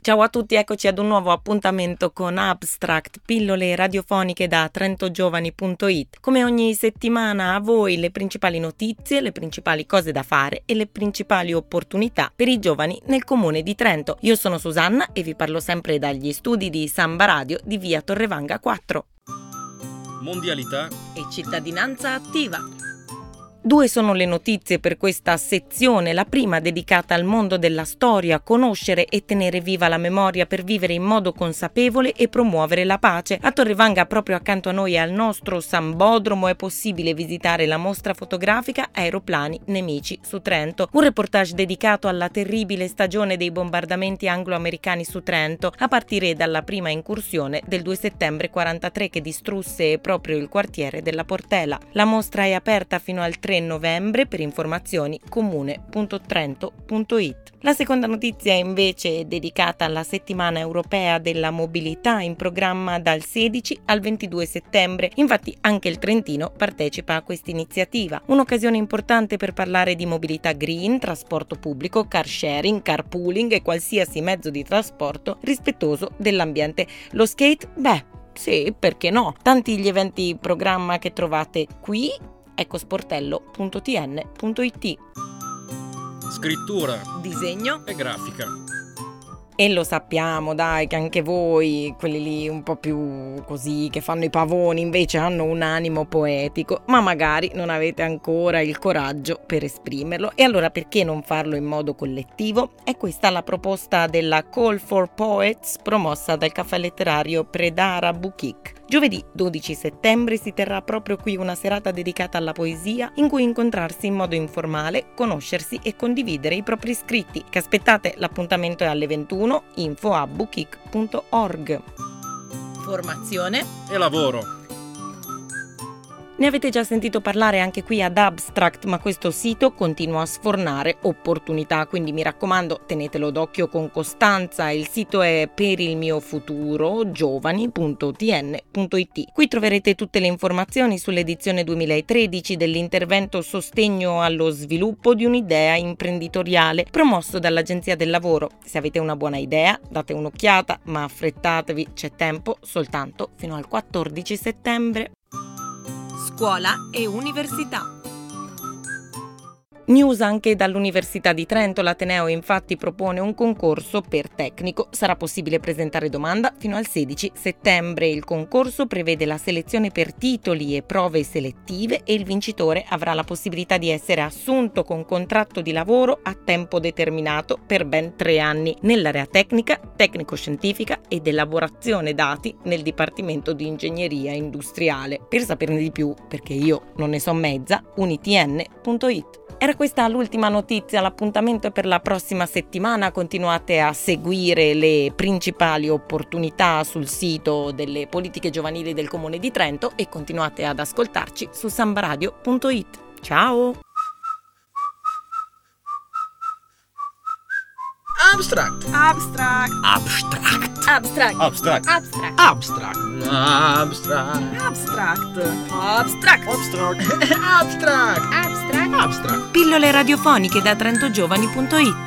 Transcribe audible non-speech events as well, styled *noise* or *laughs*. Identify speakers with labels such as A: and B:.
A: Ciao a tutti, eccoci ad un nuovo appuntamento con Abstract, pillole radiofoniche da trentogiovani.it. Come ogni settimana a voi le principali notizie, le principali cose da fare e le principali opportunità per i giovani nel comune di Trento. Io sono Susanna e vi parlo sempre dagli studi di Samba Radio di via Torrevanga 4
B: Mondialità.
A: e cittadinanza attiva. Due sono le notizie per questa sezione, la prima dedicata al mondo della storia, conoscere e tenere viva la memoria per vivere in modo consapevole e promuovere la pace. A Torrevanga, proprio accanto a noi e al nostro Sambodromo, è possibile visitare la mostra fotografica Aeroplani Nemici su Trento, un reportage dedicato alla terribile stagione dei bombardamenti anglo-americani su Trento, a partire dalla prima incursione del 2 settembre 43 che distrusse proprio il quartiere della Portela. La mostra è aperta fino al 3 novembre per informazioni comune.trento.it. La seconda notizia è invece dedicata alla settimana europea della mobilità in programma dal 16 al 22 settembre. Infatti anche il Trentino partecipa a questa iniziativa. Un'occasione importante per parlare di mobilità green, trasporto pubblico, car sharing, carpooling e qualsiasi mezzo di trasporto rispettoso dell'ambiente. Lo skate? Beh, sì, perché no? Tanti gli eventi in programma che trovate qui ecosportello.tn.it
B: Scrittura
A: Disegno
B: e grafica.
A: E lo sappiamo, dai, che anche voi, quelli lì un po' più così, che fanno i pavoni, invece hanno un animo poetico, ma magari non avete ancora il coraggio per esprimerlo. E allora perché non farlo in modo collettivo? È questa la proposta della Call for Poets promossa dal caffè letterario Predara Bukik. Giovedì 12 settembre si terrà proprio qui una serata dedicata alla poesia in cui incontrarsi in modo informale, conoscersi e condividere i propri scritti. Che aspettate, l'appuntamento è alle 21 info a bookkick.org. Formazione
B: E lavoro.
A: ne avete già sentito parlare anche qui ad Abstract, ma questo sito continua a sfornare opportunità, quindi mi raccomando tenetelo d'occhio con costanza. Il sito è per il mio futuro giovani.tn.it. Qui troverete tutte le informazioni sull'edizione 2013 dell'intervento Sostegno allo sviluppo di un'idea imprenditoriale promosso dall'Agenzia del Lavoro. Se avete una buona idea, date un'occhiata, ma affrettatevi, c'è tempo soltanto fino al 14 settembre scuola e università. News anche dall'Università di Trento, l'Ateneo infatti propone un concorso per tecnico. Sarà possibile presentare domanda fino al 16 settembre. Il concorso prevede la selezione per titoli e prove selettive e il vincitore avrà la possibilità di essere assunto con contratto di lavoro a tempo determinato per ben tre anni nell'area tecnica, tecnico-scientifica ed elaborazione dati nel Dipartimento di Ingegneria Industriale. Per saperne di più, perché io non ne so mezza, unitn.it. Era questa l'ultima notizia, l'appuntamento è per la prossima settimana, continuate a seguire le principali opportunità sul sito delle politiche giovanili del Comune di Trento e continuate ad ascoltarci su sambaradio.it. Ciao!
C: Abstract.
D: Abstract.
C: Abstract.
E: Abstract.
B: Abstract.
E: Abstract.
C: Abstract. Abstract.
D: Abstract.
E: Abstract.
B: Abstract.
C: *laughs* Abstract.
E: Abstract.
C: Abstract.
A: Pillole radiofoniche da trentogiovani.it